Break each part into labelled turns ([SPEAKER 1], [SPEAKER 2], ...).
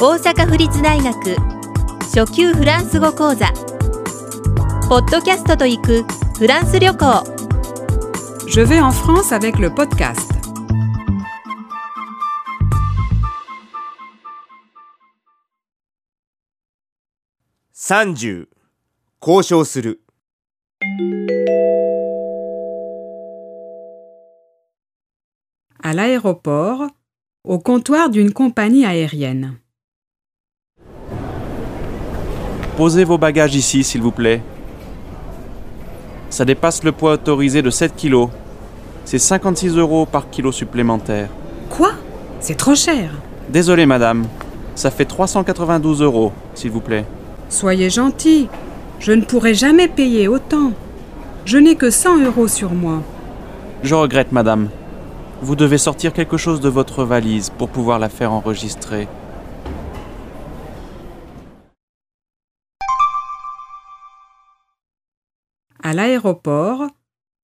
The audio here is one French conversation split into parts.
[SPEAKER 1] 大阪府立大学初級フランス語講座ポッドキャストと行くフランス旅行
[SPEAKER 2] Je vais en France avec le podcast.
[SPEAKER 3] 30交渉する
[SPEAKER 2] À l'aéroport, au comptoir d'une compagnie aérienne.
[SPEAKER 4] Posez vos bagages ici, s'il vous plaît. Ça dépasse le poids autorisé de 7 kg. C'est 56 euros par kilo supplémentaire.
[SPEAKER 2] Quoi C'est trop cher.
[SPEAKER 4] Désolé, madame. Ça fait 392 euros, s'il vous plaît.
[SPEAKER 2] Soyez gentil. Je ne pourrai jamais payer autant. Je n'ai que 100 euros sur moi.
[SPEAKER 4] Je regrette, madame. Vous devez sortir quelque chose de votre valise pour pouvoir la faire enregistrer.
[SPEAKER 2] À l'aéroport,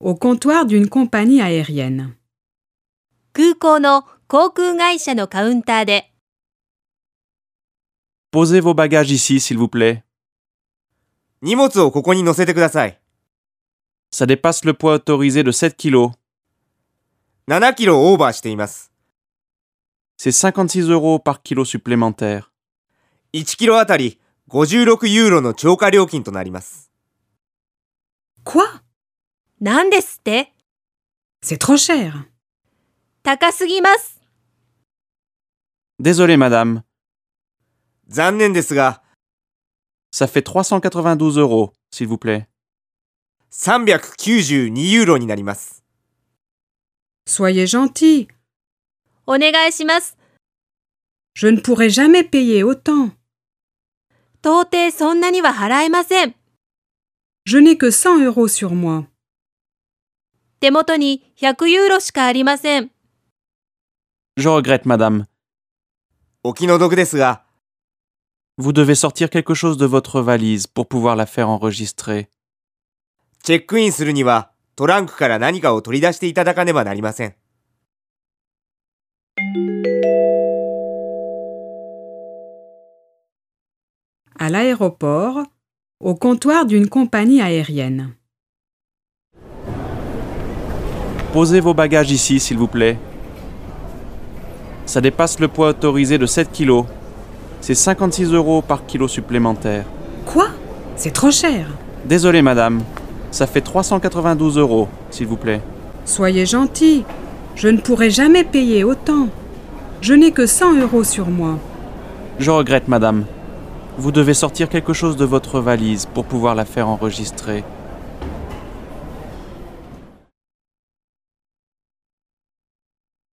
[SPEAKER 2] au comptoir d'une compagnie aérienne.
[SPEAKER 1] 空港の航空会社のカウンターで
[SPEAKER 4] Posez vos bagages ici, s'il vous plaît.
[SPEAKER 3] 荷物をここに載せてください
[SPEAKER 4] Ça dépasse le poids autorisé de 7 kg.
[SPEAKER 3] 7キロオーバーしています
[SPEAKER 4] C'est 56 euros par kilo supplémentaire.
[SPEAKER 3] 1キロあたり56ユーロの超過料金となります
[SPEAKER 2] Quoi
[SPEAKER 1] なんですって
[SPEAKER 2] C'est trop cher.
[SPEAKER 1] 高すぎます
[SPEAKER 4] Désolé, madame.
[SPEAKER 3] 残念ですが
[SPEAKER 4] Ça fait 392 euros, s'il vous plaît.
[SPEAKER 3] 392ユーロになります
[SPEAKER 2] Soyez gentil.
[SPEAKER 1] お願いします。
[SPEAKER 2] Je ne pourrai jamais payer autant.
[SPEAKER 1] 到底そんなには払えません。
[SPEAKER 2] Je n'ai que 100 euros sur moi.
[SPEAKER 1] 手元に100ユーロしかありません。
[SPEAKER 4] Je regrette, madame.
[SPEAKER 3] お気の毒ですが
[SPEAKER 4] Vous devez sortir quelque chose de votre valise pour pouvoir la faire enregistrer.
[SPEAKER 3] チェックインするにはトランクから何かを取り出していただかねばなりません
[SPEAKER 2] À l'aéroport, au comptoir d'une compagnie aérienne.
[SPEAKER 4] Posez vos bagages ici, s'il vous plaît. Ça dépasse le poids autorisé de 7 kg. C'est 56 euros par kilo supplémentaire.
[SPEAKER 2] Quoi C'est trop cher.
[SPEAKER 4] Désolé, madame. Ça fait 392 euros, s'il vous plaît.
[SPEAKER 2] Soyez gentil. Je ne pourrai jamais payer autant. Je n'ai que 100 euros sur moi.
[SPEAKER 4] Je regrette, madame. Vous devez sortir quelque chose de votre valise pour pouvoir la faire enregistrer.